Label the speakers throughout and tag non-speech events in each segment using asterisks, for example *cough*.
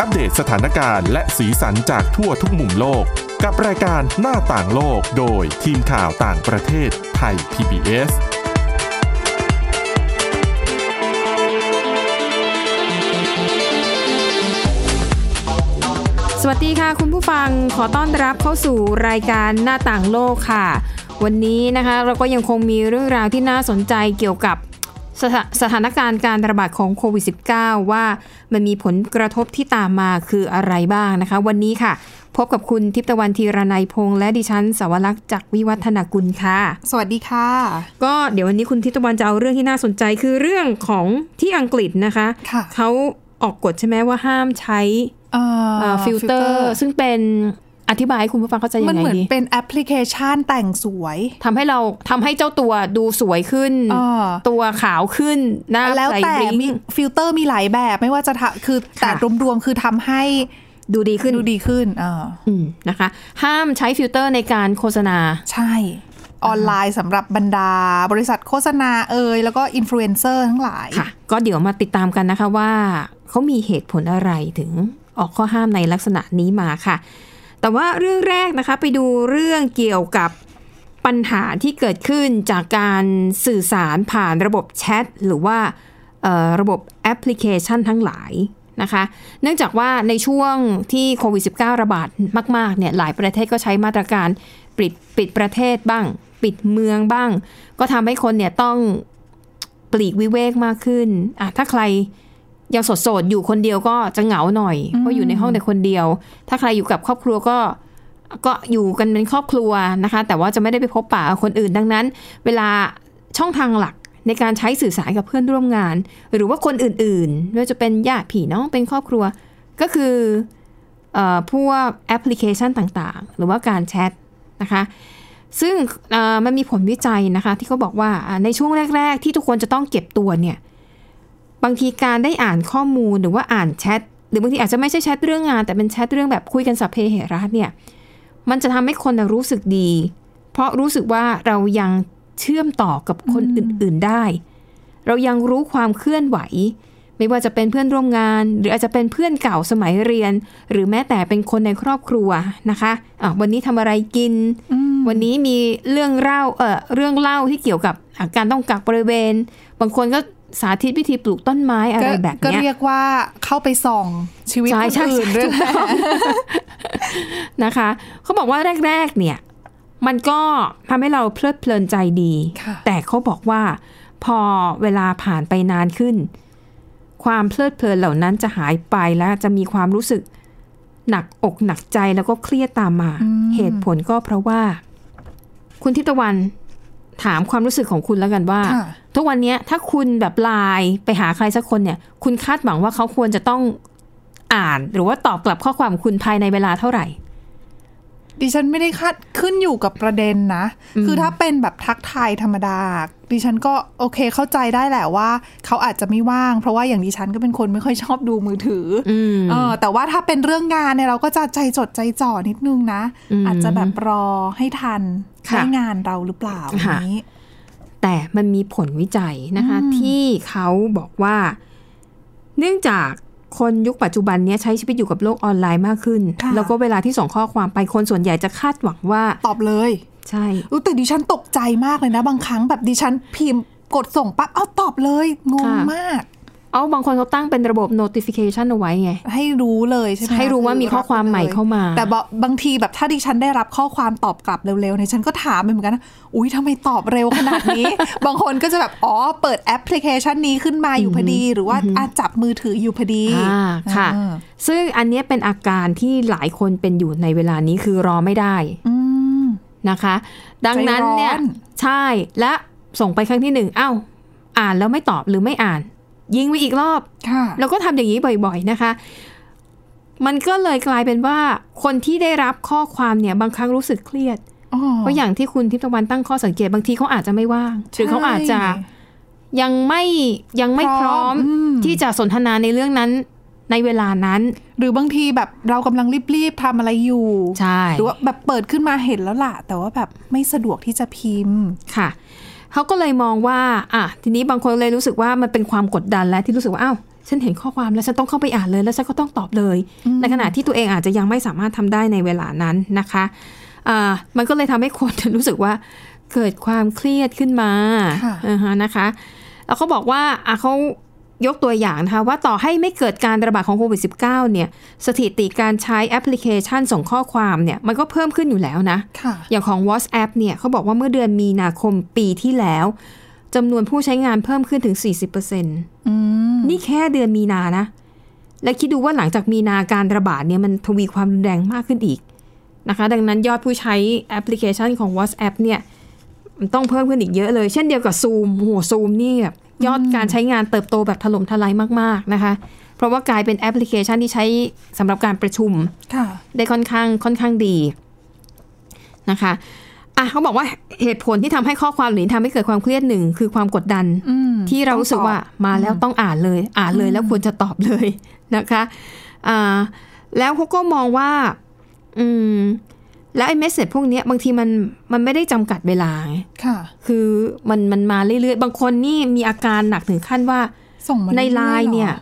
Speaker 1: อัปเดตสถานการณ์และสีสันจากทั่วทุกมุมโลก กับรายการหน้าต่างโลกโดยทีมข่าวต่างประเทศไทย PBS
Speaker 2: สวัสดีค่ะ คุณผู้ฟังขอต้อนรับเข้าสู่รายการหน้าต่างโลกค่ะ วันนี้นะคะเราก็ยังคงมีเรื่องราวที่น่าสนใจเกี่ยวกับสถาสถานการณ์การระบาดของโควิด -19 ว่ามันมีผลกระทบที่ตามมาคืออะไรบ้างนะคะ วันนี้ค่ะ พบกับคุณทิพย์ตะวันธีรนัยพงษ์และดิฉันสวรักษ์จากวิวัฒนากุลค่ะ
Speaker 3: สวัสดีค่ะ
Speaker 2: ก็เดี๋ยววันนี้คุณทิพย์ตะวันจะเอาเรื่องที่น่าสนใจคือเรื่องของที่อังกฤษนะคะ
Speaker 3: ค่ะ
Speaker 2: เขาออกกฎใช่ไหมว่าห้ามใช้ ฟิลเตอร์ ซึ่งเป็นอธิบายให้คุณผู้ฟังเข้าใจยั
Speaker 3: มัน
Speaker 2: ง
Speaker 3: เห
Speaker 2: ไง
Speaker 3: มือน
Speaker 2: ดี
Speaker 3: เป็นแอปพลิเคชันแต่งสวย
Speaker 2: ทำให้เราทำให้เจ้าตัวดูสวยขึ้น
Speaker 3: อ่า
Speaker 2: ตัวขาวขึ้นหน้า
Speaker 3: แล้ว
Speaker 2: ใส
Speaker 3: แต่
Speaker 2: บลิ้ง
Speaker 3: มีฟิลเตอร์มีหลายแบบไม่ว่าจะทะคือแต่
Speaker 2: ค่ะ
Speaker 3: รวมๆคือทำให้
Speaker 2: ดูดีขึ้น
Speaker 3: ดูดีขึ้นอ่า
Speaker 2: อืมนะคะ ห้ามใช้ฟิลเตอร์ในการโฆษณา
Speaker 3: ใช่ ออนไลน์สำหรับบรรดา บริษัทโฆษณาเอ่ยแล้วก็อินฟลูเอนเซอร์ทั้งหลาย
Speaker 2: ค่ะ ก็เดี๋ยวมาติดตามกันนะคะว่าเขามีเหตุผลอะไรถึงออกข้อห้ามในลักษณะนี้มาค่ะ แต่ว่าเรื่องแรกนะคะไปดูเรื่องเกี่ยวกับปัญหาที่เกิดขึ้นจากการสื่อสารผ่านระบบแชทหรือว่าเอ่อระบบแอปพลิเคชันทั้งหลายนะคะ เนื่องจากว่าในช่วงที่โควิด -19 ระบาดมากๆเนี่ยหลายประเทศก็ใช้มาตรการปิดปิดประเทศบ้าง ปิดเมืองบ้าง ก็ทำให้คนเนี่ยต้อง ปลีกวิเวกมากขึ้นอ่ะถ้าใครยังโสดๆอยู่คนเดียวก็จะเหงาหน่อย เพราะอยู่ในห้องแต่คนเดียว ถ้าใครอยู่กับครอบครัวก็ ก็อยู่กันเป็นครอบครัวนะคะ แต่ว่าจะไม่ได้ไปพบปะกับคนอื่นดังนั้น เวลาช่องทางหลักในการใช้สื่อสารกับเพื่อนร่วมงาน หรือว่าคนอื่นๆไม่ว่าจะเป็นญาติพี่น้องเป็นครอบครัว ก็คือเออพวกแอปพลิเคชันต่างๆ หรือว่าการแชทนะคะ ซึ่งเอ่อมันมีผลวิจัยนะคะ ที่เขาบอกว่าอ่าในช่วงแรก ๆ ที่ทุกคนจะต้องเก็บตัวเนี่ย บางทีการได้อ่านข้อมูลหรือว่าอ่านแชทหรือบางทีอาจจะไม่ใช่แชทเรื่องงาน แต่เป็นแชทเรื่องแบบคุยกันสัพเพเหระเนี่ย มันจะทำให้คนน่ะรู้สึกดี เพราะรู้สึกว่าเรายังเชื่อมต่อกับคนอื่น ๆได้ เรายังรู้ความเคลื่อนไหว ไม่ว่าจะเป็นเพื่อนร่วมงาน หรืออาจจะเป็นเพื่อนเก่าสมัยเรียน หรือแม้แต่เป็นคนในครอบครัวนะคะอ่ะวันนี้ทำอะไรกิน วันนี้มีเรื่องเล่าเออเรื่องเล่าที่เกี่ยวกับอ่ะการต้องกักบริเวณ บางคนก็สาธิตวิธีปลูกต้นไม้อะ
Speaker 3: ก็
Speaker 2: ไรแบบ
Speaker 3: ก็
Speaker 2: เนี้ย
Speaker 3: เรียกว่าเข้าไปส่องชีวิต
Speaker 2: ใช่
Speaker 3: คน
Speaker 2: ใช่
Speaker 3: อื่น
Speaker 2: ใช่
Speaker 3: เรื่อง
Speaker 2: ถูกต้อง *laughs* นะคะเขาบอกว่าแรก ๆ เนี่ย มันก็ทำให้เราเพลิดเพลินใจดี
Speaker 3: ค่ะ
Speaker 2: แต่เขาบอกว่าพอเวลาผ่านไปนานขึ้น ความเพลิดเพลินเหล่านั้นจะหายไปและจะมีความรู้สึกหนักอกหนักใจแล้วก็เครียดตามมา เหตุผลก็เพราะว่า คุณทิพย์ตะวันถามความรู้สึกของคุณแล้วกันว่า
Speaker 3: ค่ะ
Speaker 2: ทุกวันเนี้ยถ้าคุณแบบไลน์ไปหาใครสักคนเนี่ย คุณคาดหวังว่าเขาควรจะต้องอ่าน หรือว่าตอบกลับข้อความคุณภายในเวลาเท่าไหร่
Speaker 3: ดิฉันไม่ได้คาดขึ้นอยู่กับประเด็นนะ คือถ้าเป็นแบบทักทายธรรมดา ดิฉันก็โอเคเข้าใจได้แหละว่า เขาอาจจะไม่ว่าง เพราะว่าอย่างดิฉันก็เป็นคนไม่ค่อยชอบดูมือถืออ
Speaker 2: ม
Speaker 3: เออแต่ว่าถ้าเป็นเรื่องงานเนี่ยเราก็จะใจจดใจจ่อนิดนึงนะ อาจจะแบบรอให้ทัน
Speaker 2: ค่ะ
Speaker 3: ได้งานเราหรือเปล่า
Speaker 2: ค่ะ
Speaker 3: อย่างนี้
Speaker 2: แต่มันมีผลวิจัยนะคะ ที่เขาบอกว่า เนื่องจากคนยุคปัจจุบันเนี้ยใช้ชีวิตอยู่กับโลกออนไลน์มากขึ้น
Speaker 3: ค่ะ
Speaker 2: แล้วก็เวลาที่ส่งข้อความไปคนส่วนใหญ่จะคาดหวังว่า
Speaker 3: ตอบเลย
Speaker 2: ใช่
Speaker 3: อุ๊ยแต่ดิฉันตกใจมากเลยนะ บางครั้งแบบดิฉันพิมพ์กดส่งปั๊บเอาตอบเลยงงมาก
Speaker 2: เอาบางคนเขาตั้งเป็นระบบ notification เอาไว้ไง
Speaker 3: ให้รู้เลยใช่ไหม
Speaker 2: ให้รู้ว่ามีข้อความใหม่เข้ามา
Speaker 3: แต่บบางทีแบบถ้าดิฉันได้รับข้อความตอบกลับเร็วๆเนี่ยฉันก็ถามไปเหมือนกันนะอุ้ยทำไมตอบเร็วขนาดนี้ *laughs* บางคนก็จะแบบ อ๋อ เปิดแอปพลิเคชันนี้ขึ้นมาอยู่พอดี หรือว่าอ่ะจับมือถืออยู่พอดี
Speaker 2: อ่าค่ะ
Speaker 3: อ่า
Speaker 2: ซึ่งอันเนี้ยเป็นอาการที่หลายคนเป็นอยู่ในเวลานี้คือรอไม่ได้
Speaker 3: อืม
Speaker 2: นะคะ ดังนั้นเนี่ย
Speaker 3: ใจร้อน
Speaker 2: ใช่และส่งไปครั้งที่หนึ่งเอ้า อ่านแล้วไม่ตอบหรือไม่อ่าน ยิงไปอีกรอบ
Speaker 3: ค่ะ
Speaker 2: แล้วก็ทำอย่างนี้บ่อยๆนะคะ มันก็เลยกลายเป็นว่าคนที่ได้รับข้อความเนี่ยบางครั้งรู้สึกเครียด เพราะอย่างที่คุณทิพย์ตะวันตั้งข้อสังเกตบางทีเขาอาจจะไม่ว่าง หรือเขาอาจจะยังไม่ยังไม่พร้อม
Speaker 3: พร้อมอืม
Speaker 2: ที่จะสนทนาในเรื่องนั้นในเวลานั้น
Speaker 3: หรือบางทีแบบเรากำลังรีบๆทำอะไรอยู่
Speaker 2: ใช่
Speaker 3: หรือว่าแบบเปิดขึ้นมาเห็นแล้วล่ะ แต่ว่าแบบไม่สะดวกที่จะพิมพ์
Speaker 2: ค่ะเขาก็เลยมองว่า อ่ะ ทีนี้บางคนเลยรู้สึกว่ามันเป็นความกดดันแล้วที่รู้สึกว่า อ้าว ฉันเห็นข้อความแล้วฉันต้องเข้าไปอ่านเลย แล้วฉันก็ต้องตอบเลย ในขณะที่ตัวเองอาจจะยังไม่สามารถทำได้ในเวลานั้นนะคะอ่ามันก็เลยทำให้คน รู้สึกว่าเกิดความเครียดขึ้นมา
Speaker 3: ค่ะ
Speaker 2: อ่าฮะนะคะ แล้วเขาบอกว่าอ่ะเขายกตัวอย่างนะคะว่าต่อให้ไม่เกิดการระบาดของโควิด -19 เนี่ยสถิติการใช้แอปพลิเคชันส่งข้อความเนี่ยมันก็เพิ่มขึ้นอยู่แล้วนะ
Speaker 3: ค่ะ
Speaker 2: อย่างของ WhatsApp เนี่ยเขาบอกว่าเมื่อเดือนมีนาคมปีที่แล้วจำนวนผู้ใช้งานเพิ่มขึ้นถึง 40%น
Speaker 3: อืมี่
Speaker 2: แค่เดือนมีนานะ และคิดดูว่าหลังจากมีนาการระบาดเนี่ยมันทวีความรุนแรงมากขึ้นอีกนะคะ ดังนั้นยอดผู้ใช้แอปพลิเคชันของ WhatsApp เนี่ยมันต้องเพิ่มขึ้นอีกเยอะเลย เช่นเดียวกับ Zoom โห Zoom นี่แบบยอดการใช้งานเติบโตแบบถล่มทลายมากๆนะคะ เพราะว่ากลายเป็นแอปพลิเคชันที่ใช้สำหรับการประชุม
Speaker 3: ค่ะ
Speaker 2: ได้ค่อนข้างค่อนข้างดีนะคะอ่ะเขาบอกว่าเหตุผลที่ทำให้ข้อความเหล่านี้ทำให้เกิดความเครียดหนึ่งคือความกดดัน
Speaker 3: อืม
Speaker 2: ที่เรารู้สึกว่ามาแล้วต้องอ่านเลย อ่านเลยแล้วควรจะตอบเลยนะคะอ่าแล้วเขาก็มองว่าอืมแล้วไอ้เมสเซจพวกเนี้ยบางทีมันมันไม่ได้จำกัดเวลาไง
Speaker 3: ค่ะ
Speaker 2: คือมันมันมาเรื่อยๆ บางคนนี่มีอาการหนักถึงขั้นว่า
Speaker 3: ส่งมา
Speaker 2: ในไลน์เนี่ย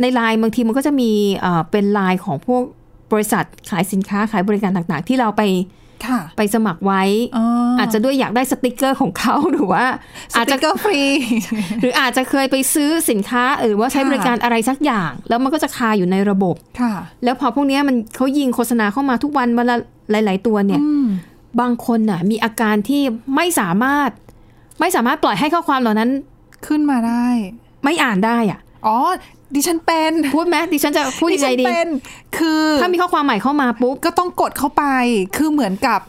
Speaker 2: ในไลน์บางทีมันก็จะมีเอ่อเป็นไลน์ของพวกบริษัทขายสินค้าขายบริการต่างๆ ที่เราไป
Speaker 3: ค่ะ
Speaker 2: ไปสมัครไว้
Speaker 3: อ๋อ
Speaker 2: อาจจะด้วยอยากได้สติกเกอร์ของเขา หรือว่า
Speaker 3: อา
Speaker 2: อา
Speaker 3: จ
Speaker 2: จ
Speaker 3: จะ
Speaker 2: จะ
Speaker 3: ก็ฟรี
Speaker 2: หรืออาจจะเคยไปซื้อสินค้าหรือว่าใช้
Speaker 3: ค่ะ
Speaker 2: บริการอะไรสักอย่าง แล้วมันก็จะคาอยู่ในระบบ
Speaker 3: ค่ะ
Speaker 2: แล้วพอพวกเนี้ยมันเขายิงโฆษณาเข้ามาทุกวันวันละหลาย ๆ ตัวเนี่ย
Speaker 3: อืม
Speaker 2: บางคนน่ะมีอาการที่ไม่สามารถ ไม่สามารถปล่อยให้ข้อความเหล่านั้น
Speaker 3: ขึ้นมาได้
Speaker 2: ไม่อ่านได้อ่ะ
Speaker 3: อ๋อ ดิฉันเป็น
Speaker 2: พูดไหมดิฉันจะพูดยังไง
Speaker 3: ฉัน
Speaker 2: ดี
Speaker 3: เป็น คือ
Speaker 2: ถ้ามีข้อความใหม่เข้ามาปุ๊บ
Speaker 3: ก็ต้องกดเข้าไป คือเหมือนกับ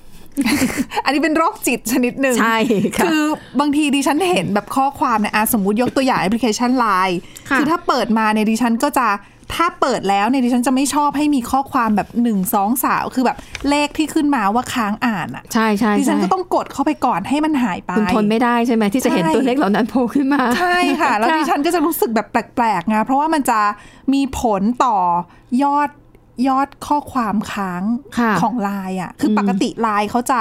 Speaker 3: *laughs* อันนี้เป็นโรคจิตชนิดหนึ่ง
Speaker 2: ใช่ค่ะ
Speaker 3: คือบางทีดิฉันเห็นแบบข้อความเนี่ยอ่ะสมมติยกตัวอย่างแอปพลิเคชัน Line
Speaker 2: ค่ะ
Speaker 3: คือถ้าเปิดมาเนี่ยดิฉันก็จะถ้าเปิดแล้วเนี่ยดิฉันจะไม่ชอบให้มีข้อความแบบ1 2 3คือแบบเลขที่ขึ้นมาว่าค้างอ่านอ่ะ
Speaker 2: ใช่ใช่ใช่
Speaker 3: ดิฉันก็ต้องกดเข้าไปก่อนให้มันหายไป
Speaker 2: คุณทนไม่ได้ใช่ไหมที่จะเห็น
Speaker 3: ใช่
Speaker 2: ตัวเลขเหล่านั้นโผล่ขึ้นมา
Speaker 3: ใช่
Speaker 2: *laughs*
Speaker 3: ค่ะ แล้วดิฉันก็จะรู้สึกแบบแปลกๆไงเพราะว่ามันจะมีผลต่อยอดยอดข้อความค้าง
Speaker 2: ค่ะ
Speaker 3: ของไลน์อ่ะ คือปกติไลน์เขาจะ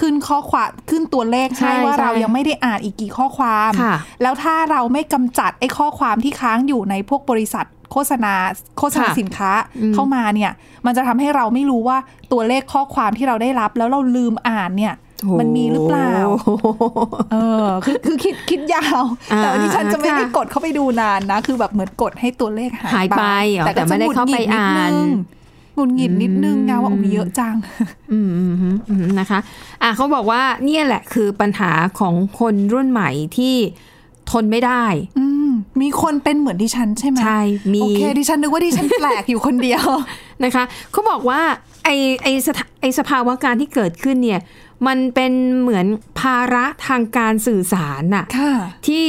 Speaker 3: ขึ้นข้อความขึ้นตัวเลข
Speaker 2: ใช่
Speaker 3: ให้ว่า
Speaker 2: ใช่
Speaker 3: เรายังไม่ได้อ่านอีกกี่ข้อความ
Speaker 2: ค่ะ
Speaker 3: แล้วถ้าเราไม่กำจัดไอ้ข้อความที่ค้างอยู่ในพวกบริษัทโฆษณาโฆษณา
Speaker 2: ค่ะ
Speaker 3: สินค้าเข้ามาเนี่ย มันจะทำให้เราไม่รู้ว่าตัวเลขข้อความที่เราได้รับ แล้วเราลืมอ่านเนี่ย มันมีหรือเปล่า เออคือคือคิดคิดยาว
Speaker 2: อ่า
Speaker 3: แต่วันนี้ฉันจะไม่
Speaker 2: ค่ะ
Speaker 3: ได้กดเข้าไปดูนานนะ คือแบบเหมือนกดให้ตัวเลขหาย
Speaker 2: หายไปอ๋อแต่ไม่ได้เข้าไปอ่าน
Speaker 3: หงุดหงิดนิดนึงหงุดหงิดนิดนึงไงว่าโอ้ยเยอะจัง
Speaker 2: อืมอืมอืมอืมนะคะอ่ะเขาบอกว่าเนี่ยแหละคือปัญหาของคนรุ่นใหม่ที่ทนไม่ได้
Speaker 3: อืมมีคนเป็นเหมือนดิฉันใช่ไหม
Speaker 2: ใช่มี
Speaker 3: โอเคดิฉันนึกว่าดิฉันแปลกอยู่คนเดียว
Speaker 2: *laughs* นะคะเขาบอกว่าไอไอสถาไอสภาวะการที่เกิดขึ้นเนี่ย มันเป็นเหมือนภาระทางการสื่อสารน่ะ
Speaker 3: ค่ะ
Speaker 2: ที่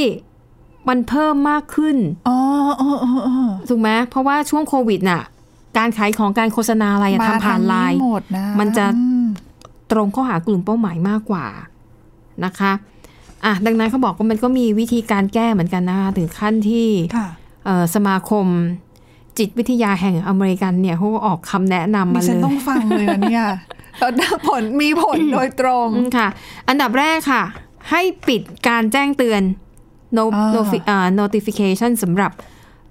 Speaker 2: มันเพิ่มมากขึ้น
Speaker 3: อ๋ออ๋ออ๋ออ๋อ
Speaker 2: ถูกไหมเพราะว่าช่วงโควิดน่ะ การขายของการโฆษณาอะไรอะทำผ่านไลน์
Speaker 3: มทงหมดนะ
Speaker 2: มันจะ
Speaker 3: อืม
Speaker 2: ตรงเข้าหากลุ่มเป้าหมายมากกว่านะคะอ่ะดังนั้นเขาบอกว่ามันก็มีวิธีการแก้เหมือนกันนะคะถึงขั้นที่
Speaker 3: ค่ะ
Speaker 2: เอ่อสมาคมจิตวิทยาแห่งอเมริกันเนี่ยเขาก็ออกคำแนะนำ
Speaker 3: ดิ
Speaker 2: มาเล
Speaker 3: ฉัน
Speaker 2: ย
Speaker 3: ต้องฟังเลยนะ
Speaker 2: *laughs*
Speaker 3: เนี่ยแล้วผลมีผลโดยตรง
Speaker 2: อืมค่ะ อันดับแรกค่ะ ให้ปิดการแจ้งเตือน no
Speaker 3: อ่า
Speaker 2: nofi- เอ่อ notification สำหรับ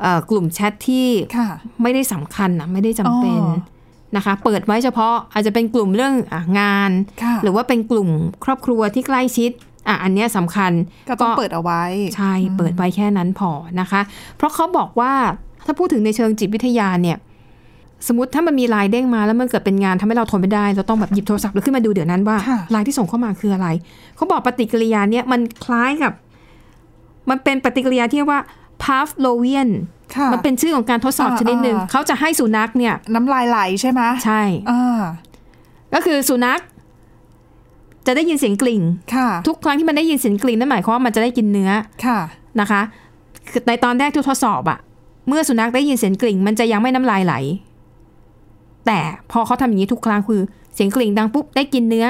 Speaker 2: เอ่อกลุ่มแชทที่
Speaker 3: ค่ะ
Speaker 2: ไม่ได้สำคัญนะไม่ได้จำเป็น
Speaker 3: อ๋อ
Speaker 2: นะคะ เปิดไว้เฉพาะอาจจะเป็นกลุ่มเรื่องอะงาน
Speaker 3: ค่ะ
Speaker 2: หรือว่าเป็นกลุ่มครอบครัวที่ใกล้ชิดอ่ะอันเนี้ยสำคัญ
Speaker 3: ก็ต้องเปิดเอาไว้
Speaker 2: ใช่เปิดไว้แค่นั้นพอนะคะ เพราะเขาบอกว่าถ้าพูดถึงในเชิงจิตวิทยาเนี่ย สมมติถ้ามันมีไลน์เด้งมาแล้วมันเกิดเป็นงานทำให้เราทนไม่ได้ เราต้องแบบหยิบโทรศัพท์แล้วขึ้นมาดูเดี๋ยวนั้นว่า
Speaker 3: ค่ะ
Speaker 2: ไลน์ที่ส่งเข้ามาคืออะไรเขาบอกปฏิกิริยาเนี่ยมันคล้ายกับ มันเป็นปฏิกิริยาที่เรียกว่า Pavlovian
Speaker 3: ค่ะ
Speaker 2: มันเป็นชื่อของการทดสอบ
Speaker 3: อ่า
Speaker 2: ชนิดหนึ่ง
Speaker 3: อ่า
Speaker 2: เขาจะให้สุนัขเนี่ย
Speaker 3: น้ำลายไหลใช่ไหม
Speaker 2: ใช่
Speaker 3: อ่า
Speaker 2: ก็คือสุนัข จะได้ยินเสียงกลิ่ง
Speaker 3: ค่ะ
Speaker 2: ทุกครั้งที่มันได้ยินเสียงกลิ่นนั่นหมายความว่ามันจะได้กินเนื้อ
Speaker 3: ค่ะ
Speaker 2: นะคะคือในตอนแรกที่ทดสอบอะเมื่อสุนัขได้ยินเสียงกลิ่ง มันจะยังไม่น้ำลายไหล แต่พอเขาทำอย่างนี้ทุกครั้งคือเสียงกลิ่งดังปุ๊บได้กินเนื้อ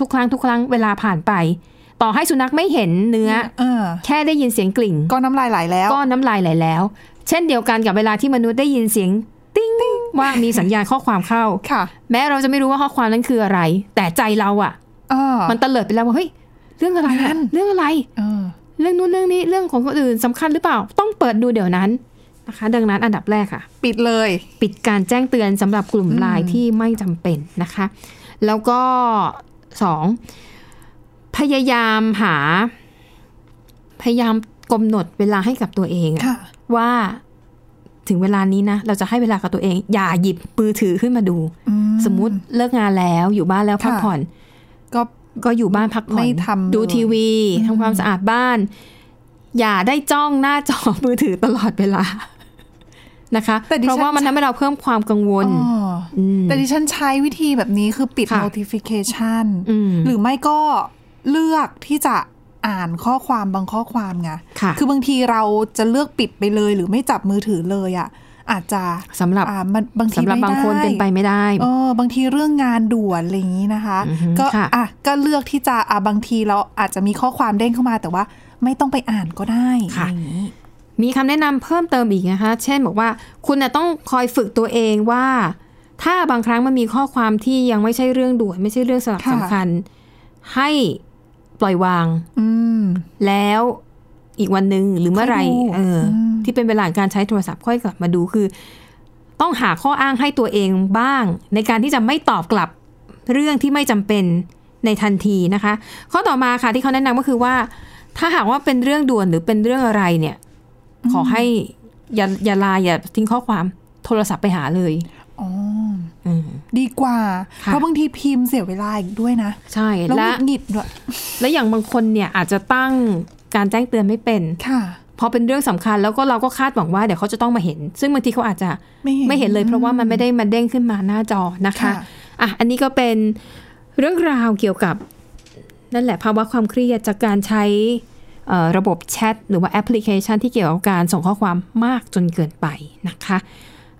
Speaker 2: ทุกครั้งทุกครั้งเวลาผ่านไป ต่อให้สุนัขไม่เห็นเนื้อ
Speaker 3: เออ
Speaker 2: แค่ได้ยินเสียงกลิ่ง
Speaker 3: ก็น้ำลายไหลแล้ว
Speaker 2: ก้อนน้ำลายไหลแล้ว เช่นเดียวกันกับเวลาที่มนุษย์ได้ยินเสียง ติ้งว่ามีสัญญาณข้อความเข้า
Speaker 3: ค่ะ
Speaker 2: แม้เราจะไม่รู้ว่าข้อความนั้นคืออะไร แต่ใจเราอะ่ะ
Speaker 3: อ่า
Speaker 2: มันเตลิดไปแล้วว่าเฮ้ยเรื่องอะไรอะเรื่องอะไร
Speaker 3: เออ
Speaker 2: เรื่องนู้นเรื่องนี้เรื่องของคนอื่นสำคัญหรือเปล่า ต้องเปิดดูเดี๋ยวนั้น นะคะ ดังนั้นอันดับแรกค่ะ
Speaker 3: ปิดเลย
Speaker 2: ปิดการแจ้งเตือนสำหรับกลุ่มไลน์ที่ไม่จำเป็นนะคะ แล้วก็สองพยายามหา พยายามกำหนดเวลาให้กับตัวเองอะ
Speaker 3: ค่ะ
Speaker 2: ว่าถึงเวลานี้นะ เราจะให้เวลากับตัวเอง อย่าหยิบมือถือขึ้นมาดู
Speaker 3: อื
Speaker 2: สมมติเลิกงานแล้วอยู่บ้านแล้วพัก
Speaker 3: ค่ะ
Speaker 2: ผ่อน
Speaker 3: ก็
Speaker 2: ก็อยู่บ้านพักผ่อน
Speaker 3: ไม่ทำ
Speaker 2: ดูทีวี
Speaker 3: เลย
Speaker 2: ทำความสะอาดบ้าน อย่าได้จ้องหน้าจอ มือถือตลอดเวลา *laughs* นะคะ
Speaker 3: แต่ดิฉัน
Speaker 2: เพราะว่ามันทำให้เราเพิ่มความกังวล
Speaker 3: อ๋อ
Speaker 2: ม
Speaker 3: แต่ดิฉันใช้วิธีแบบนี้คือปิด
Speaker 2: ค่ะ
Speaker 3: notification
Speaker 2: ม
Speaker 3: หรือไม่ก็เลือกที่จะอ่านข้อความบางข้อความไง
Speaker 2: ค่ะ
Speaker 3: คือบางทีเราจะเลือกปิดไปเลยหรือไม่จับมือถือเลยอะ่ะ อาจจะ
Speaker 2: สำหรับ
Speaker 3: อ่ามันบางที
Speaker 2: สำหรับบางคนเป็นไปไม่ได้
Speaker 3: เออบางทีเรื่องงานด่วนอะไรอย่างนี้นะคะ
Speaker 2: อือฮึ
Speaker 3: ก็
Speaker 2: ค่ะ
Speaker 3: อ่ะก็เลือกที่จะอ่ะบางทีเราอาจจะมีข้อความเด้งเข้ามาแต่ว่าไม่ต้องไปอ่านก็ได้
Speaker 2: ค่ะ
Speaker 3: อย่างนี้
Speaker 2: มีคำแนะนำเพิ่มเติมอีกนะคะ เช่นบอกว่าคุณน่ะต้องคอยฝึกตัวเองว่า ถ้าบางครั้งมันมีข้อความที่ยังไม่ใช่เรื่องด่วนไม่ใช่เรื่องสำคัญ
Speaker 3: ค่ะ
Speaker 2: สำคัญ ให้ปล่อยวาง
Speaker 3: อืม
Speaker 2: แล้วอีกวันหนึ่งหรือเมื่อไหร่
Speaker 3: ค่อยดู
Speaker 2: เอออ
Speaker 3: ม
Speaker 2: ที่เป็นเวลาการใช้โทรศัพท์ค่อยกลับมาดูคือ ต้องหาข้ออ้างให้ตัวเองบ้าง ในการที่จะไม่ตอบกลับเรื่องที่ไม่จำเป็นในทันทีนะคะ ข้อต่อมาค่ะที่เขาแนะนำก็คือว่า ถ้าหากว่าเป็นเรื่องด่วนหรือเป็นเรื่องอะไรเนี่ย ขอให้อย่าอย่าไลาอย่าทิ้งข้อความโทรศัพท์ไปหาเลย
Speaker 3: อ๋อ
Speaker 2: อืม
Speaker 3: ดีกว่า
Speaker 2: ค่ะ
Speaker 3: เพราะบางทีพิมพ์เสียเวลาอีกด้วยนะ
Speaker 2: ใช่
Speaker 3: แล้วห
Speaker 2: และ
Speaker 3: งุดหงิดด้วย
Speaker 2: และอย่างบางคนเนี่ยอาจจะตั้งการแจ้งเตือนไม่เป็น
Speaker 3: ค่ะ
Speaker 2: พอเป็นเรื่องสำคัญแล้วก็เราก็คาดหวังว่าเดี๋ยวเขาจะต้องมาเห็น ซึ่งบางทีเขาอาจจะ
Speaker 3: ไม่เห็น
Speaker 2: ไม่เห็นเลยเพราะว่ามันไม่ได้มาเด้งขึ้นมาหน้าจอนะคะ
Speaker 3: ค่ะ
Speaker 2: อ่ะ อันนี้ก็เป็นเรื่องราวเกี่ยวกับ นั่นแหละภาวะความเครียดจากการใช้เอ่อระบบแชทหรือว่าแอปพลิเคชันที่เกี่ยวกับการส่งข้อความมากจนเกินไปนะคะ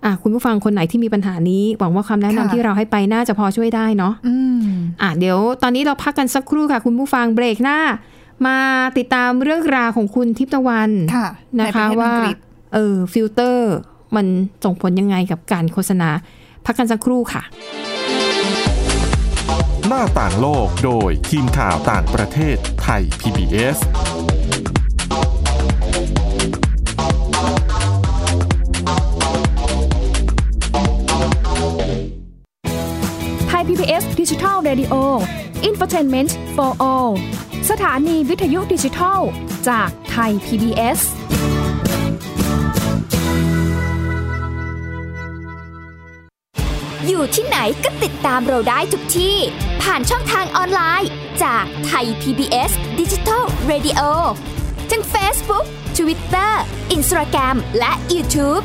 Speaker 2: อ่ะคุณผู้ฟังคนไหนที่มีปัญหานี้ หวังว่าคำแนะนำ
Speaker 3: ค่ะ
Speaker 2: ที่เราให้ไปน่าจะพอช่วยได้เนาะ
Speaker 3: อืม
Speaker 2: อ่ะเดี๋ยวตอนนี้เราพักกันสักครู่ค่ะ คุณผู้ฟังเบรกหน้า มาติดตามเรื่องราวของคุณทิพย์ตะวัน
Speaker 3: ค่ะ
Speaker 2: นะคะ
Speaker 3: ในประเทศอั
Speaker 2: ว่าง
Speaker 3: กฤษ
Speaker 2: เออฟิลเตอร์ มันส่งผลยังไงกับการโฆษณา พักกันสักครู่ค่ะ
Speaker 1: หน้าต่างโลกโดยทีมข่าวต่างประเทศไทย PBS
Speaker 4: ไทย PBS Digital Radio Infotainment for All สถานีวิทยุดิจิทัล จากไทย PBS
Speaker 5: อยู่ที่ไหนก็ติดตามเราได้ทุกที่ ผ่านช่องทางออนไลน์ จากไทย PBS Digital Radio ทั้ง Facebook Twitter Instagram และ YouTube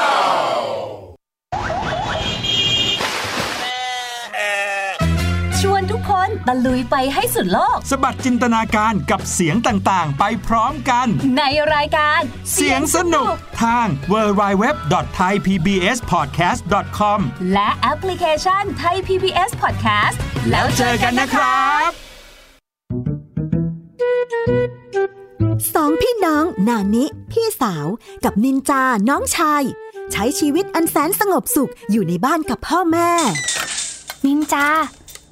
Speaker 6: ชวนทุกคนตะลุยไปให้สุดโลก
Speaker 7: สะบัดจินตนาการกับเสียงต่างๆ ไปพร้อมกัน
Speaker 6: ในรายการ
Speaker 7: เสียงสนุกทาง www.thaipbspodcast.com
Speaker 6: และแอปพลิเคชันไทย PBS Podcast
Speaker 7: แล้วเจอกันนะครับ
Speaker 8: สองพี่น้องนานิพี่สาว กับนินจาน้องชาย ใช้ชีวิตอันแสนสงบสุขอยู่ในบ้านกับพ่อแม่
Speaker 5: นินจา เ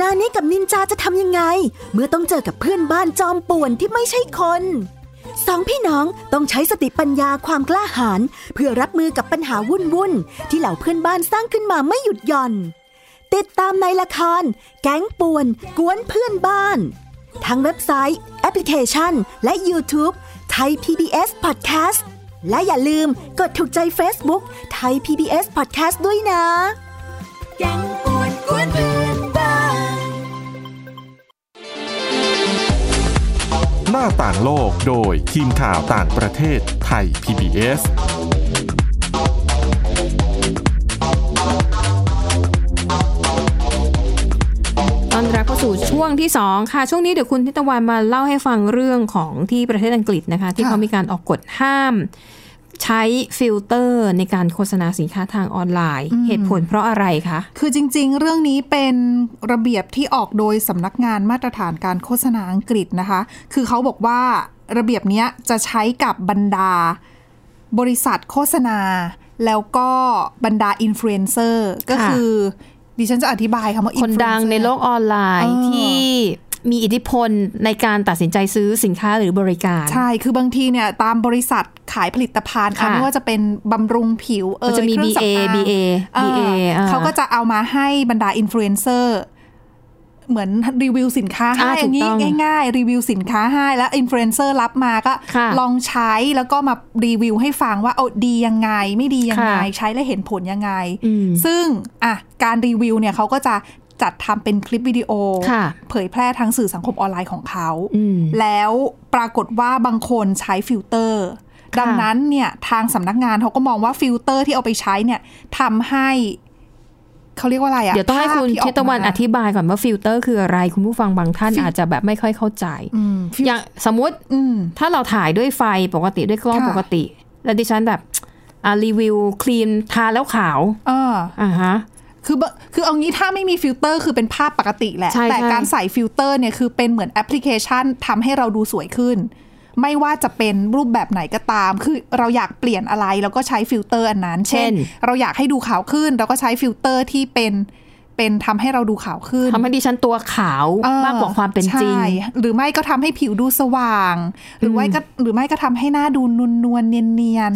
Speaker 8: นานิกับนินจาจะทำยังไง เมื่อต้องเจอกับเพื่อนบ้านจอมป่วนที่ไม่ใช่คนสองพี่น้องต้องใช้สติปัญญาความกล้าหาญเพื่อรับมือกับปัญหาวุ่นวุ่นๆที่เหล่าเพื่อนบ้านสร้างขึ้นมาไม่หยุดหย่อน ติดตามในละคร แก๊งป่วน กวนเพื่อนบ้าน ทั้งเว็บไซต์ แอปพลิเคชัน และ YouTube ไทย PBS Podcast และอย่าลืมกดถูกใจ Facebook ไทย PBS Podcast ด้วยนะ
Speaker 1: หน้าต่างโลกโดยทีมข่าวต่างประเทศไทย PBS
Speaker 2: วงที่สองค่ะ ช่วงนี้เดี๋ยวคุณทิตวันมาเล่าให้ฟังเรื่องของที่ประเทศอังกฤษนะคะ ที่เขามีการออกกฎห้าม ใช้ฟิลเตอร์ในการโฆษณาสินค้าทางออนไลน์ เหตุผลเพราะอะไรคะ
Speaker 3: คือจริงๆ เรื่องนี้เป็นระเบียบที่ออกโดยสำนักงานมาตรฐานการโฆษณาอังกฤษนะคะ คือเขาบอกว่าระเบียบเนี้ยจะใช้กับบรรดาบริษัทโฆษณา แล้วก็บรรดาอินฟลูเอนเซอร์ก็
Speaker 2: ค่ะ
Speaker 3: คือดิฉันจะอธิบายคำว่า
Speaker 2: ค
Speaker 3: influencer
Speaker 2: นดังในโลกออนไลน์
Speaker 3: เออ
Speaker 2: ที่มีอิทธิพลในการตัดสินใจซื้อสินค้าหรือบริการ
Speaker 3: ใช่ คือบางทีเนี่ยตามบริษัทขายผลิตภัณฑ์อ่ะ
Speaker 2: ค่ะ
Speaker 3: ไม่ว่าจะเป็นบำรุงผิวเอย
Speaker 2: มันจะมี
Speaker 3: เครื่องสำอา
Speaker 2: BA
Speaker 3: ง
Speaker 2: BA
Speaker 3: เออ
Speaker 2: BA อ่า
Speaker 3: เขาก็จะเอามาให้บรรดาอินฟลูเอนเซอร์เหมือนรีวิวสินค้าให้
Speaker 2: อ่า
Speaker 3: อย่าง
Speaker 2: ถูกต้อง
Speaker 3: นี้ง่าย ๆ รีวิวสินค้าให้แล้วอินฟลูเอนเซอร์รับมาก็
Speaker 2: ค่ะ
Speaker 3: ลองใช้แล้วก็มารีวิวให้ฟังว่าเอาดียังไง ไม่ดียังไง
Speaker 2: ค่ะ
Speaker 3: ใช้แล้วเห็นผลยังไง
Speaker 2: อืม
Speaker 3: ซึ่งอ่ะการรีวิวเนี่ยเขาก็จะจัดทำเป็นคลิปวิดีโอ
Speaker 2: ค่ะ
Speaker 3: เผยแพร่ทางสื่อสังคมออนไลน์ของเขา
Speaker 2: อืม
Speaker 3: แล้วปรากฏว่าบางคนใช้ฟิลเตอร์
Speaker 2: ค่ะ
Speaker 3: ดังนั้นเนี่ยทางสำนักงานเขาก็มองว่าฟิลเตอร์ที่เอาไปใช้เนี่ยทำให้ เขาเรียกว่าอะไรอะ
Speaker 2: เดี๋ยวต้องให้
Speaker 3: ภาพ
Speaker 2: คุณ
Speaker 3: ที่อ
Speaker 2: ทิ
Speaker 3: อก
Speaker 2: ตวัน
Speaker 3: มา
Speaker 2: อธิบายก่อนว่าฟิลเตอร์คืออะไร คุณผู้ฟังบางท่าน
Speaker 3: ฟิล
Speaker 2: อาจจะแบบไม่ค่อยเข้าใจ
Speaker 3: อืมฟิล
Speaker 2: อย่างสมมติ
Speaker 3: อืม
Speaker 2: ถ้าเราถ่ายด้วยไฟปกติด้วยกล้อง
Speaker 3: ค่ะ
Speaker 2: ปกติ แล้วดิฉันแบบอ่ะรีวิวครีมทาแล้วขาว
Speaker 3: เออ
Speaker 2: อ่าฮะ
Speaker 3: คือเบคือเอางี้ถ้าไม่มีฟิลเตอร์คือเป็นภาพปกติแหละ
Speaker 2: ใช่
Speaker 3: แต่
Speaker 2: ใช่
Speaker 3: การใส่ฟิลเตอร์เนี่ยคือเป็นเหมือนแอปพลิเคชันทำให้เราดูสวยขึ้น ไม่ว่าจะเป็นรูปแบบไหนก็ตาม คือเราอยากเปลี่ยนอะไรเราก็ใช้ฟิลเตอร์อันนั้น เช่น เราอยากให้ดูขาวขึ้น เราก็ใช้ฟิลเตอร์ที่เป็นเป็นทำให้เราดูขาวขึ้น
Speaker 2: ทำให้ดิฉันตัวขาว
Speaker 3: เออ
Speaker 2: มากกว่าความเป็นจริง
Speaker 3: ใช่หรือไม่ก็ทำให้ผิวดูสว่าง หรือไม่ก็หรือไม่ก็ทำให้หน้าดูนวลนวลๆเนียนเนียน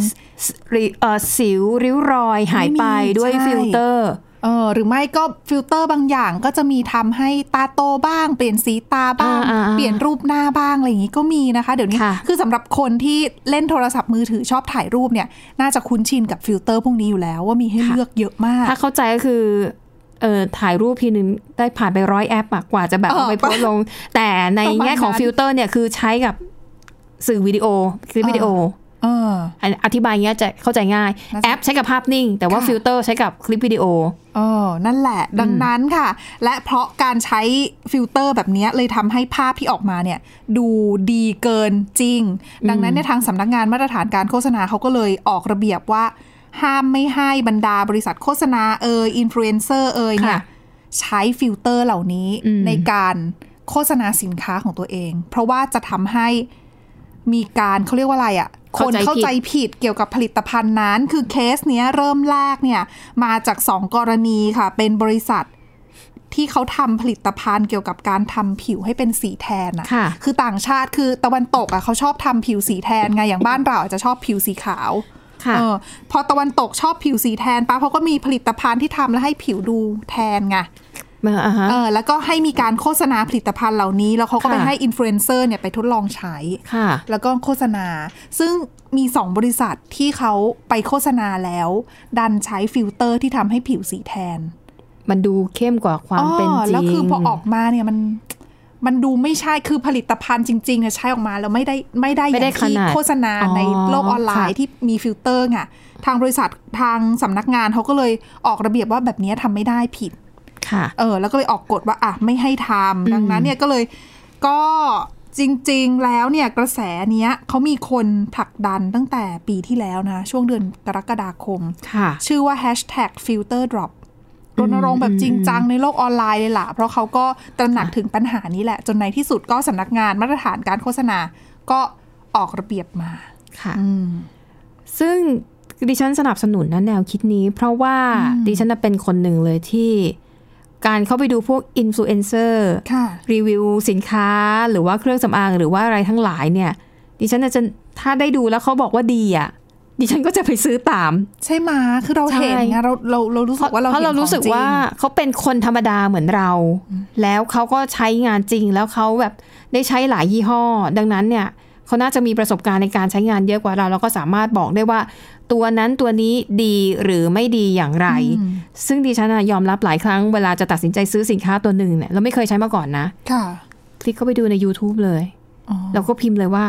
Speaker 2: ริเอ่อสิวริ้วรอยหายไป
Speaker 3: ไม่มี
Speaker 2: ด้วย
Speaker 3: ใช่
Speaker 2: ฟิลเตอร์
Speaker 3: ๆเออหรือไม่ก็ฟิลเตอร์บางอย่างก็จะมีทำให้ตาโตบ้าง เปลี่ยนสีตาบ้าง
Speaker 2: อ่าๆๆ
Speaker 3: เปลี่ยนรูปหน้าบ้างอะไรอย่างนี้ก็มีนะคะ เดี๋ยวนี้
Speaker 2: ค่ะ
Speaker 3: คือสำหรับคนที่เล่นโทรศัพท์มือถือชอบถ่ายรูปเนี่ย น่าจะคุ้นชินกับฟิลเตอร์พวกนี้อยู่แล้วว่ามีให้เลือกเยอะมาก
Speaker 2: ถ้าเข้าใจก็คือเออถ่ายรูปทีนึงได้ผ่านไปร้อยแอปอะกว่าจะแบบ
Speaker 3: เออ
Speaker 2: เอาไปโพสต์ลง แต่ใน
Speaker 3: ประมาณ
Speaker 2: แง่ของ
Speaker 3: นั้น
Speaker 2: ฟิลเตอร์เนี่ยคือใช้กับสื่อวิดีโอคลิปวิดีโอ
Speaker 3: เออ
Speaker 2: อันอธิบายอย่างเงี้ยจะเข้าใจง่าย
Speaker 3: น่าจะ
Speaker 2: แอปใช้กับภาพนิ่ง แต่ว่า
Speaker 3: ค่ะ
Speaker 2: ฟิลเตอร์ใช้กับคลิปวิดีโอ
Speaker 3: เออนั่นแหละ ดังนั้นค่ะ และเพราะการใช้ฟิลเตอร์แบบเนี้ยเลยทำให้ภาพที่ออกมาเนี่ย ดูดีเกินจริง ดังนั้นในยทางสำนักงานมาตรฐานการโฆษณาเขาก็เลยออกระเบียบว่า ห้ามไม่ให้บรรดาบริษัทโฆษณาเอยอินฟลูเอนเซอร์เอยเนี่ย
Speaker 2: ค่ะ
Speaker 3: ใช้ฟิลเตอร์เหล่านี้ในการโฆษณาสินค้าของตัวเอง เพราะว่าจะทำให้มีการเขาเรียกว่าอะไรอะ่ะ ค
Speaker 2: เข้าน ใจผิด
Speaker 3: เข้าใจผิดเกี่ยวกับผลิตภัณฑ์นั้น คือเคสเนี้ยเริ่มแรกเนี่ย มาจากสองกรณีค่ะ เป็นบริษัทที่เขาทำผลิตภัณฑ์เกี่ยวกับการทำผิวให้เป็นสีแทนอะ
Speaker 2: ค่ะ
Speaker 3: คือต่างชาติคือตะวันตกอ่ะเขาชอบทำผิวสีแทนไงอย่างบ้านเราอาจจะชอบผิวสีขาว
Speaker 2: ค่ะ
Speaker 3: เออพอตะวันตกชอบผิวสีแทนปั๊บเขาก็มีผลิตภัณฑ์ที่ทำแล้วให้ผิวดูแทนไง
Speaker 2: อ่าฮะ
Speaker 3: เออแล้วก็ให้มีการโฆษณาผลิตภัณฑ์เหล่านี้ แล้วเขาก็ไป
Speaker 2: ค่ะ
Speaker 3: ให้อินฟลูเอนเซอร์เนี่ยไปทดลองใช้
Speaker 2: ค่ะ
Speaker 3: แล้วก็โฆษณา ซึ่งมี 2 บริษัทที่เขาไปโฆษณาแล้ว ดันใช้ฟิลเตอร์ที่ทำให้ผิวสีแทน
Speaker 2: มันดูเข้มกว่าความเป็นจริง
Speaker 3: แล้วคือพอออกมาเนี่ยมันมันดูไม่ใช่คือผลิตภัณฑ์จริงๆเนี่ยใช้ออกมาแล้วไม่ได้ไม่ได้อ
Speaker 2: ไม่
Speaker 3: ย่าง
Speaker 2: ได้
Speaker 3: ที่
Speaker 2: ขนาด
Speaker 3: โฆษณา
Speaker 2: อ๋อ
Speaker 3: ในโลกออนไลน์
Speaker 2: ค่ะ
Speaker 3: ที่มีฟิลเตอร์ไงทางบริษัททางสำนักงานเขาก็เลยออกระเบียบว่าแบบเนี้ยทำไม่ได้ผิด
Speaker 2: ค่ะ
Speaker 3: เออแล้วก็เลยออกกฎว่าอ่ะไม่ให้ทำดังนั้นเนี่ยก็เลยก็จริงๆแล้วเนี่ยกระแสเนี้ยเขามีคนผลักดันตั้งแต่ปีที่แล้วนะ ช่วงเดือนกรกฎาคม
Speaker 2: ค่ะ
Speaker 3: ชื่อว่า hashtag filter drop รณรงค์แบบจริงจังในโลกออนไลน์เลยล่ะ เพราะเขาก็ตระหนักถึงปัญหานี้แหละ จนในที่สุดก็สำนักงานมาตรฐานการโฆษณา ก็ออกระเบียบมา
Speaker 2: ค่ะ
Speaker 3: อืม
Speaker 2: ซึ่งดิฉันสนับสนุนนะแนวคิดนี้ เพราะว่าดิฉันน่ะเป็นคนหนึ่งเลยที่การเข้าไปดูพวกอินฟลูเอนเซอร์
Speaker 3: ค่ะ
Speaker 2: รีวิวสินค้าหรือว่าเครื่องสำอางหรือว่าอะไรทั้งหลายเนี่ย ดิฉันน่ะจะถ้าได้ดูแล้วเขาบอกว่าดีอ่ะดิฉันก็จะไปซื้อตาม
Speaker 3: ใช่ไหมาคือเรา
Speaker 2: ใช่
Speaker 3: เห็นไงเราเราเรารู้สึกว่าเรา
Speaker 2: เพราะ
Speaker 3: ห็น
Speaker 2: เรารู้สึก
Speaker 3: ของจง
Speaker 2: ว่าเขาเป็นคนธรรมดาเหมือนเรา แล้วเขาก็ใช้งานจริงแล้วเขาแบบได้ใช้หลายยี่ห้อ ดังนั้นเนี่ยเขาน่าจะมีประสบการณ์ในการใช้งานเยอะกว่าเรา แล้วก็สามารถบอกได้ว่า ตัวนั้นตัวนี้ดีหรือไม่ดีอย่างไร ซึ่งดิฉันนะยอมรับหลายครั้งเวลาจะตัดสินใจซื้อสินค้าตัวหนึ่งเนี่ยเราไม่เคยใช้มาก่อนนะ
Speaker 3: ค่ะ
Speaker 2: คลิกเข้าไปดูใน YouTube เลย
Speaker 3: อ๋อ
Speaker 2: แล้วก็พิมพ์เลยว่า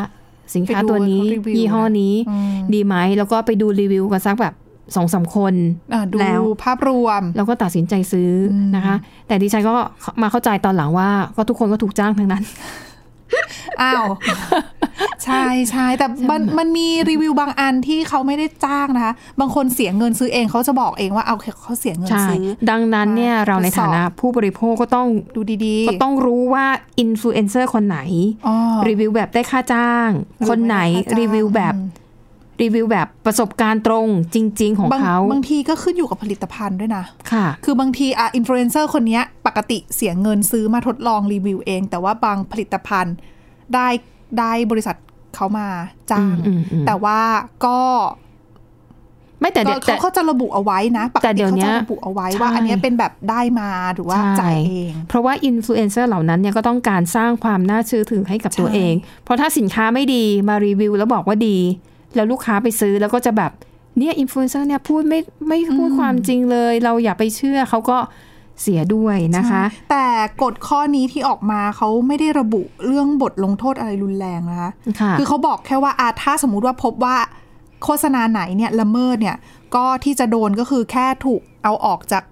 Speaker 2: สินค้าตัวนี้
Speaker 3: ไปดูเขารีวิว
Speaker 2: ยี่ห้อนี้
Speaker 3: อืม
Speaker 2: ดีไหมแล้วก็ไปดูรีวิวกันสักแบบ สองสามคน
Speaker 3: อ่ะดู
Speaker 2: แล้ว
Speaker 3: ภาพรวม
Speaker 2: แล้วก็ตัดสินใจซื้ออ
Speaker 3: ม
Speaker 2: นะคะ แต่ดิฉันก็มาเข้าใจตอนหลังว่า ก็ทุกคนก็ถูกจ้างทั้งนั้น
Speaker 3: อ้าว ใช่ใช่แต่มันมันมีรีวิวบางอันที่เขาไม่ได้จ้างนะคะ บางคนเสียเงินซื้อเองเขาจะบอกเองว่าเอาเขาเสียเงิน
Speaker 2: ใช่
Speaker 3: ซื้อ
Speaker 2: ดังนั้นเนี่ย
Speaker 3: มา
Speaker 2: เราใน
Speaker 3: ทดสอบ
Speaker 2: ฐานะผู้บริโภคก็ต้อง
Speaker 3: ดูดี
Speaker 2: ก็ต้องรู้ว่าอินฟลูเอนเซอร์คนไหน
Speaker 3: อ๋อ
Speaker 2: รีวิวแบบได้ค่าจ้าง
Speaker 3: หรือ
Speaker 2: คนไหน
Speaker 3: ไม่ได้ค่า
Speaker 2: รี
Speaker 3: จ้าง
Speaker 2: วิวแบบรีวิวแบบประสบการณ์ตรงจริง ๆ ของ
Speaker 3: บาง
Speaker 2: เขา
Speaker 3: บางทีก็ขึ้นอยู่กับผลิตภัณฑ์ด้วยนะ
Speaker 2: ค่ะ
Speaker 3: คือบางทีอ่ะอินฟลูเอนเซอร์คนเนี้ยปกติเสียเงินซื้อมาทดลองรีวิวเอง แต่ว่าบางผลิตภัณฑ์ได้ได้บริษัทเขามาจ้าง
Speaker 2: อืมอืมอืม
Speaker 3: แต่ว่าก็
Speaker 2: ไม่แต่เดี๋ยว
Speaker 3: ก็
Speaker 2: แต่
Speaker 3: เขาเขาจะระบุเอาไว้นะปก
Speaker 2: แต่
Speaker 3: ติ
Speaker 2: เดี๋ยว
Speaker 3: เขา
Speaker 2: เนี้
Speaker 3: จะ
Speaker 2: ย
Speaker 3: ระบุเอาไว้
Speaker 2: ใช่
Speaker 3: ว่า อันเนี้ยเป็นแบบได้มาหรือว่า
Speaker 2: ใช่
Speaker 3: จ่ายเอง
Speaker 2: เพราะว่าอินฟลูเอนเซอร์เหล่านั้นเนี่ยก็ต้องการสร้างความน่าเชื่อถือให้กับ
Speaker 3: ใช่
Speaker 2: ตัวเอง เพราะถ้าสินค้าไม่ดีมารีวิวแล้วบอกว่าดี แล้วลูกค้าไปซื้อแล้วก็จะแบบเนี่ยอินฟลูเอนเซอร์เนี่ยพูดไม่ไม่พูดความจริงเลย เราอย่าไปเชื่อเขาก็เสียด้วยนะคะ
Speaker 3: ใช่แต่กฎข้อนี้ที่ออกมาเขาไม่ได้ระบุเรื่องบทลงโทษอะไรรุนแรงนะคะ
Speaker 2: ค่ะ
Speaker 3: คือเขาบอกแค่ว่าอาถ้าสมมุติว่าพบว่าโฆษณาไหนเนี่ยละเมิดเนี่ยก็ที่จะโดนก็คือแค่ถูกเอาออกจาก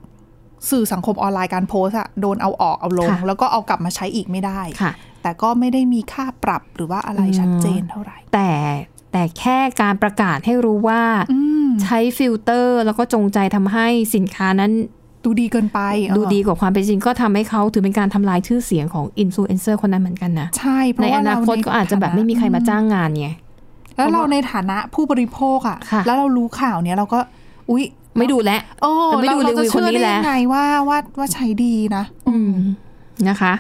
Speaker 3: สื่อสังคมออนไลน์การโพสต์อะโดนเอาออกเอาลง
Speaker 2: ค่ะ
Speaker 3: แล้วก็เอากลับมาใช้อีกไม่ได้
Speaker 2: ค่ะ
Speaker 3: แต่ก็ไม่ได้มีค่าปรับหรือว่าอะไรชัดเจนเท่าไหร่
Speaker 2: แต่แต่แค่การประกาศให้รู้ว่า
Speaker 3: อืม
Speaker 2: ใช้ฟิลเตอร์แล้วก็จงใจทำให้สินค้านั้น
Speaker 3: ดูดีเกินไปเออ
Speaker 2: ดูดีกว่าความเป็นจริงก็ทำให้เขาถือเป็นการทำลายชื่อเสียงของอินฟลูเอนเซอร์คนนั้นเหมือนกันนะ
Speaker 3: ใช่เพราะ
Speaker 2: ใน
Speaker 3: ว่า
Speaker 2: อนา
Speaker 3: เรา
Speaker 2: คตก็อาจจะแบบไม่มีใครมาจ้างงานไง
Speaker 3: แล้วเราในฐานะผู้บริโภคอะ
Speaker 2: ค่ะ
Speaker 3: แล้วเรารู้ข่าวเนี่ยเราก็อุ๊ย
Speaker 2: ไม่ดูแลว
Speaker 3: โอ้
Speaker 2: แต่ไม่
Speaker 3: เรา
Speaker 2: ดู
Speaker 3: เราจะ
Speaker 2: รีวิวคน
Speaker 3: เชื่อ
Speaker 2: นี้
Speaker 3: ได้
Speaker 2: แหละ
Speaker 3: ยังไงว่าว่าว่าใช้ดีนะ
Speaker 2: นะคะ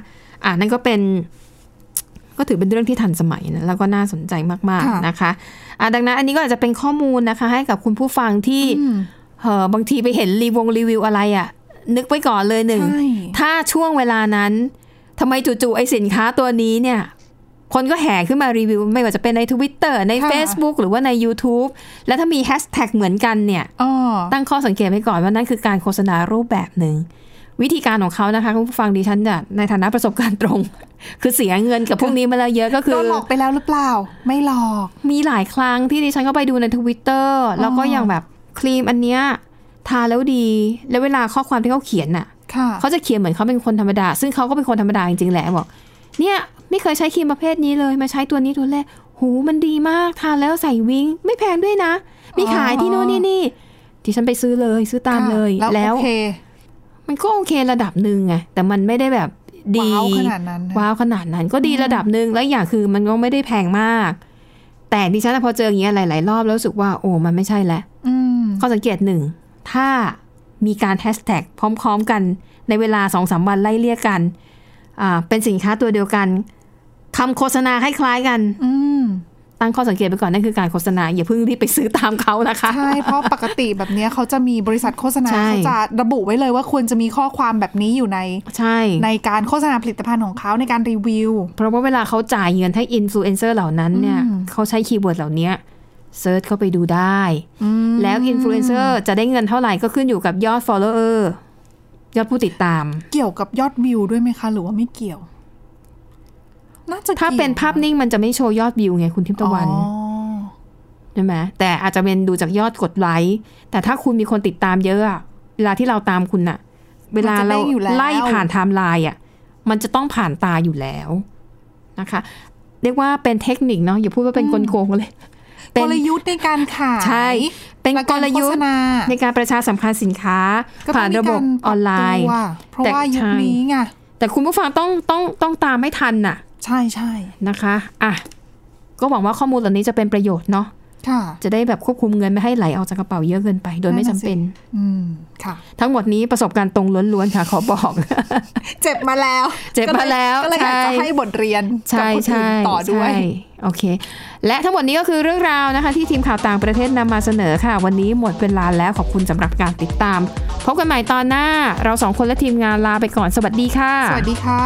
Speaker 2: อ่านั่นก็เป็น ก็ถือเป็นเรื่องที่ทันสมัยนะแล้วก็น่าสนใจมาก
Speaker 3: ค่ะ
Speaker 2: ๆนะคะอ่ะดังนั้นอันนี้ก็อาจจะเป็นข้อมูลนะคะ ให้กับคุณผู้ฟังที่เออบางทีไปเห็นรีวงรีวิวอะไรอะ่ะ นึกไว้ก่อนเลยหนึ่ง
Speaker 3: ใช่
Speaker 2: ถ้าช่วงเวลานั้นทำไมจู่ๆไอสินค้าตัวนี้เนี่ย คนก็แห่ขึ้นมารีวิว ไม่ว่าจะเป็นใน Twitter ใน
Speaker 3: ค่ะ
Speaker 2: Facebook หรือว่าใน YouTube และถ้ามีแฮชแท็กเหมือนกันเนี่ย
Speaker 3: อ๋อ
Speaker 2: ตั้งข้อสังเกตไว้ก่อนว่านั่นคือการโฆษณารูปแบบหนึ่ง วิธีการของเขานะคะคุณผู้ฟังดิฉันจะในฐานะประสบการณ์ตรง *laughs* คือเสียเงินกับพวกนี้มาแล้วเยอะก็คื
Speaker 3: โด
Speaker 2: อ
Speaker 3: นหลอกไปแล้วหรือเปล่า ไม่หลอก
Speaker 2: มีหลายครั้งที่ดิฉันก็ไปดูในทวิตเตอร์แล้วก็อย่างแบบครีมอันเนี้ยทาแล้วดี แล้วเวลาข้อความที่เขาเขียนน่ะ
Speaker 3: ค่ะ
Speaker 2: เขาจะเขียนเหมือนเขาเป็นคนธรรมดา ซึ่งเขาก็เป็นคนธรรมดาจริงๆแหละบอก เนี่ยไม่เคยใช้ครีมประเภทนี้เลย มาใช้ตัวนี้ตัวแรก หูมันดีมาก ทานแล้วใส่วิง ไม่แพงด้วยนะ มีขายที่โน่นนี่นี่ที่ฉันไปซื้อเลยซื้อตาม
Speaker 3: ค่ะ
Speaker 2: เลย
Speaker 3: โอเค
Speaker 2: มันก็โอเคระดับหนึ่งไงแต่มันไม่ได้แบบดี
Speaker 3: ว้าวขนาดนั้นนะ
Speaker 2: ว้าวขนาดนั้นก็ดีระดับหนึ่งแล้วอย่างคือมันก็ไม่ได้แพงมาก แต่ดิฉันนะพอเจออย่างเงี้ยหลายๆรอบแล้วรู้สึกว่าโอ้มันไม่ใช่แล้ว
Speaker 3: อืม
Speaker 2: ข้อสังเกตหนึ่งถ้ามีการแฮชแท็กพร้อม ๆ กันในเวลาสองสามวันไล่เลี่ยกันอ่าเป็นสินค้าตัวเดียวกันคำโฆษณาคล้ายๆกัน
Speaker 3: อืม
Speaker 2: ตั้งข้อสังเกตไปก่อน นั่นคือการโฆษณา อย่าเพิ่งรีบไปซื้อตามเขานะคะ
Speaker 3: ใช่ เพราะปกติแบบเนี้ยเขาจะมีบริษัทโฆษณา
Speaker 2: ใช่
Speaker 3: เขาจะระบุไว้เลยว่าควรจะมีข้อความแบบนี้อยู่ใน
Speaker 2: ใช่
Speaker 3: ในการโฆษณาผลิตภัณฑ์ของเขาในการรีวิว
Speaker 2: เพราะว่าเวลาเขาจ่ายเงินให้อินฟลูเอนเซอร์เหล่านั้นเนี่ย
Speaker 3: อืม
Speaker 2: เขาใช้คีย์เวิร์ดเหล่านี้เซิร์ชเข้าไปดูได้
Speaker 3: อืม
Speaker 2: แล้วอินฟลูเอนเซอร์จะได้เงินเท่าไหร่ก็ขึ้นอยู่กับยอด follower ยอดผู้ติดตาม
Speaker 3: เกี่ยวกับยอดวิวด้วยไหมคะ หรือว่าไม่เกี่ยว น่าจะ
Speaker 2: ถ้าเป็นภาพนิ่งมันจะไม่โชว์ยอดวิวไงคุณทิพย์ตะวัน
Speaker 3: อ๋อ
Speaker 2: ใช่ไหมแต่อาจจะเป็นดูจากยอดกดไลค์แต่ถ้าคุณมีคนติดตามเยอะอะเวลาที่เราตามคุณน่ะ เวลาเราไล่ผ่านไทม์ไลน์อ่ะมันจะต้องผ่านตาอยู่แล้วนะคะ เรียกว่าเป็นเทคนิคเนาะอย่าพูดว่าเป็นกลโกงเลย เป็
Speaker 3: ก
Speaker 2: น
Speaker 3: ลยุทธ์ในการขาย
Speaker 2: ใช่ เป็น
Speaker 3: และ
Speaker 2: ก
Speaker 3: การ
Speaker 2: ลยุท
Speaker 3: โฆษ
Speaker 2: ธ์
Speaker 3: ณา
Speaker 2: ในการประชาสัมพันธ์สินค้า
Speaker 3: ก็ต้
Speaker 2: ผ่า
Speaker 3: อน งมี
Speaker 2: ระบ
Speaker 3: กา
Speaker 2: บ
Speaker 3: ร
Speaker 2: ออนไลน์
Speaker 3: ปรับตัวเพราะ
Speaker 2: แต่
Speaker 3: ว่ายุค
Speaker 2: ใช่
Speaker 3: นี้ไง
Speaker 2: แต่คุณผู้ฟังต้องต้องต้องตามให้ทันน่ะ
Speaker 3: ใช่ใช่
Speaker 2: นะคะอ่ะก็หวังว่าข้อมูลเหล่านี้จะเป็นประโยชน์เนาะ
Speaker 3: ค่ะ
Speaker 2: จะได้แบบควบคุมเงินไม่ให้ไหลออกจากกระเป๋าเยอะเกินไป โดยไม่
Speaker 3: นั่
Speaker 2: จำ
Speaker 3: นน่ะสิ
Speaker 2: เป็น
Speaker 3: อืมค่ะ
Speaker 2: ทั้งหมดนี้ประสบการณ์ตรงล้วนๆค่ะ ขอบอก *laughs*
Speaker 3: เจ็บมาแล้ว
Speaker 2: เจ็บมาแล้ว
Speaker 3: ก็เลย
Speaker 2: ใช่
Speaker 3: อยากจะให้บทเรียนกับ
Speaker 2: ใช่
Speaker 3: คนอื่
Speaker 2: ใช่
Speaker 3: นต่อด้วย
Speaker 2: ใช่โอเค และทั้งหมดนี้ก็คือเรื่องราวนะคะ ที่ทีมข่าวต่างประเทศนำมาเสนอค่ะ วันนี้หมดเวลาแล้วขอบคุณสำหรับการติดตามพบกันใหม่ตอนหน้า เราสองคนและทีมงานลาไปก่อนสวัสดีค่ะ
Speaker 3: สวัสดีค่ะ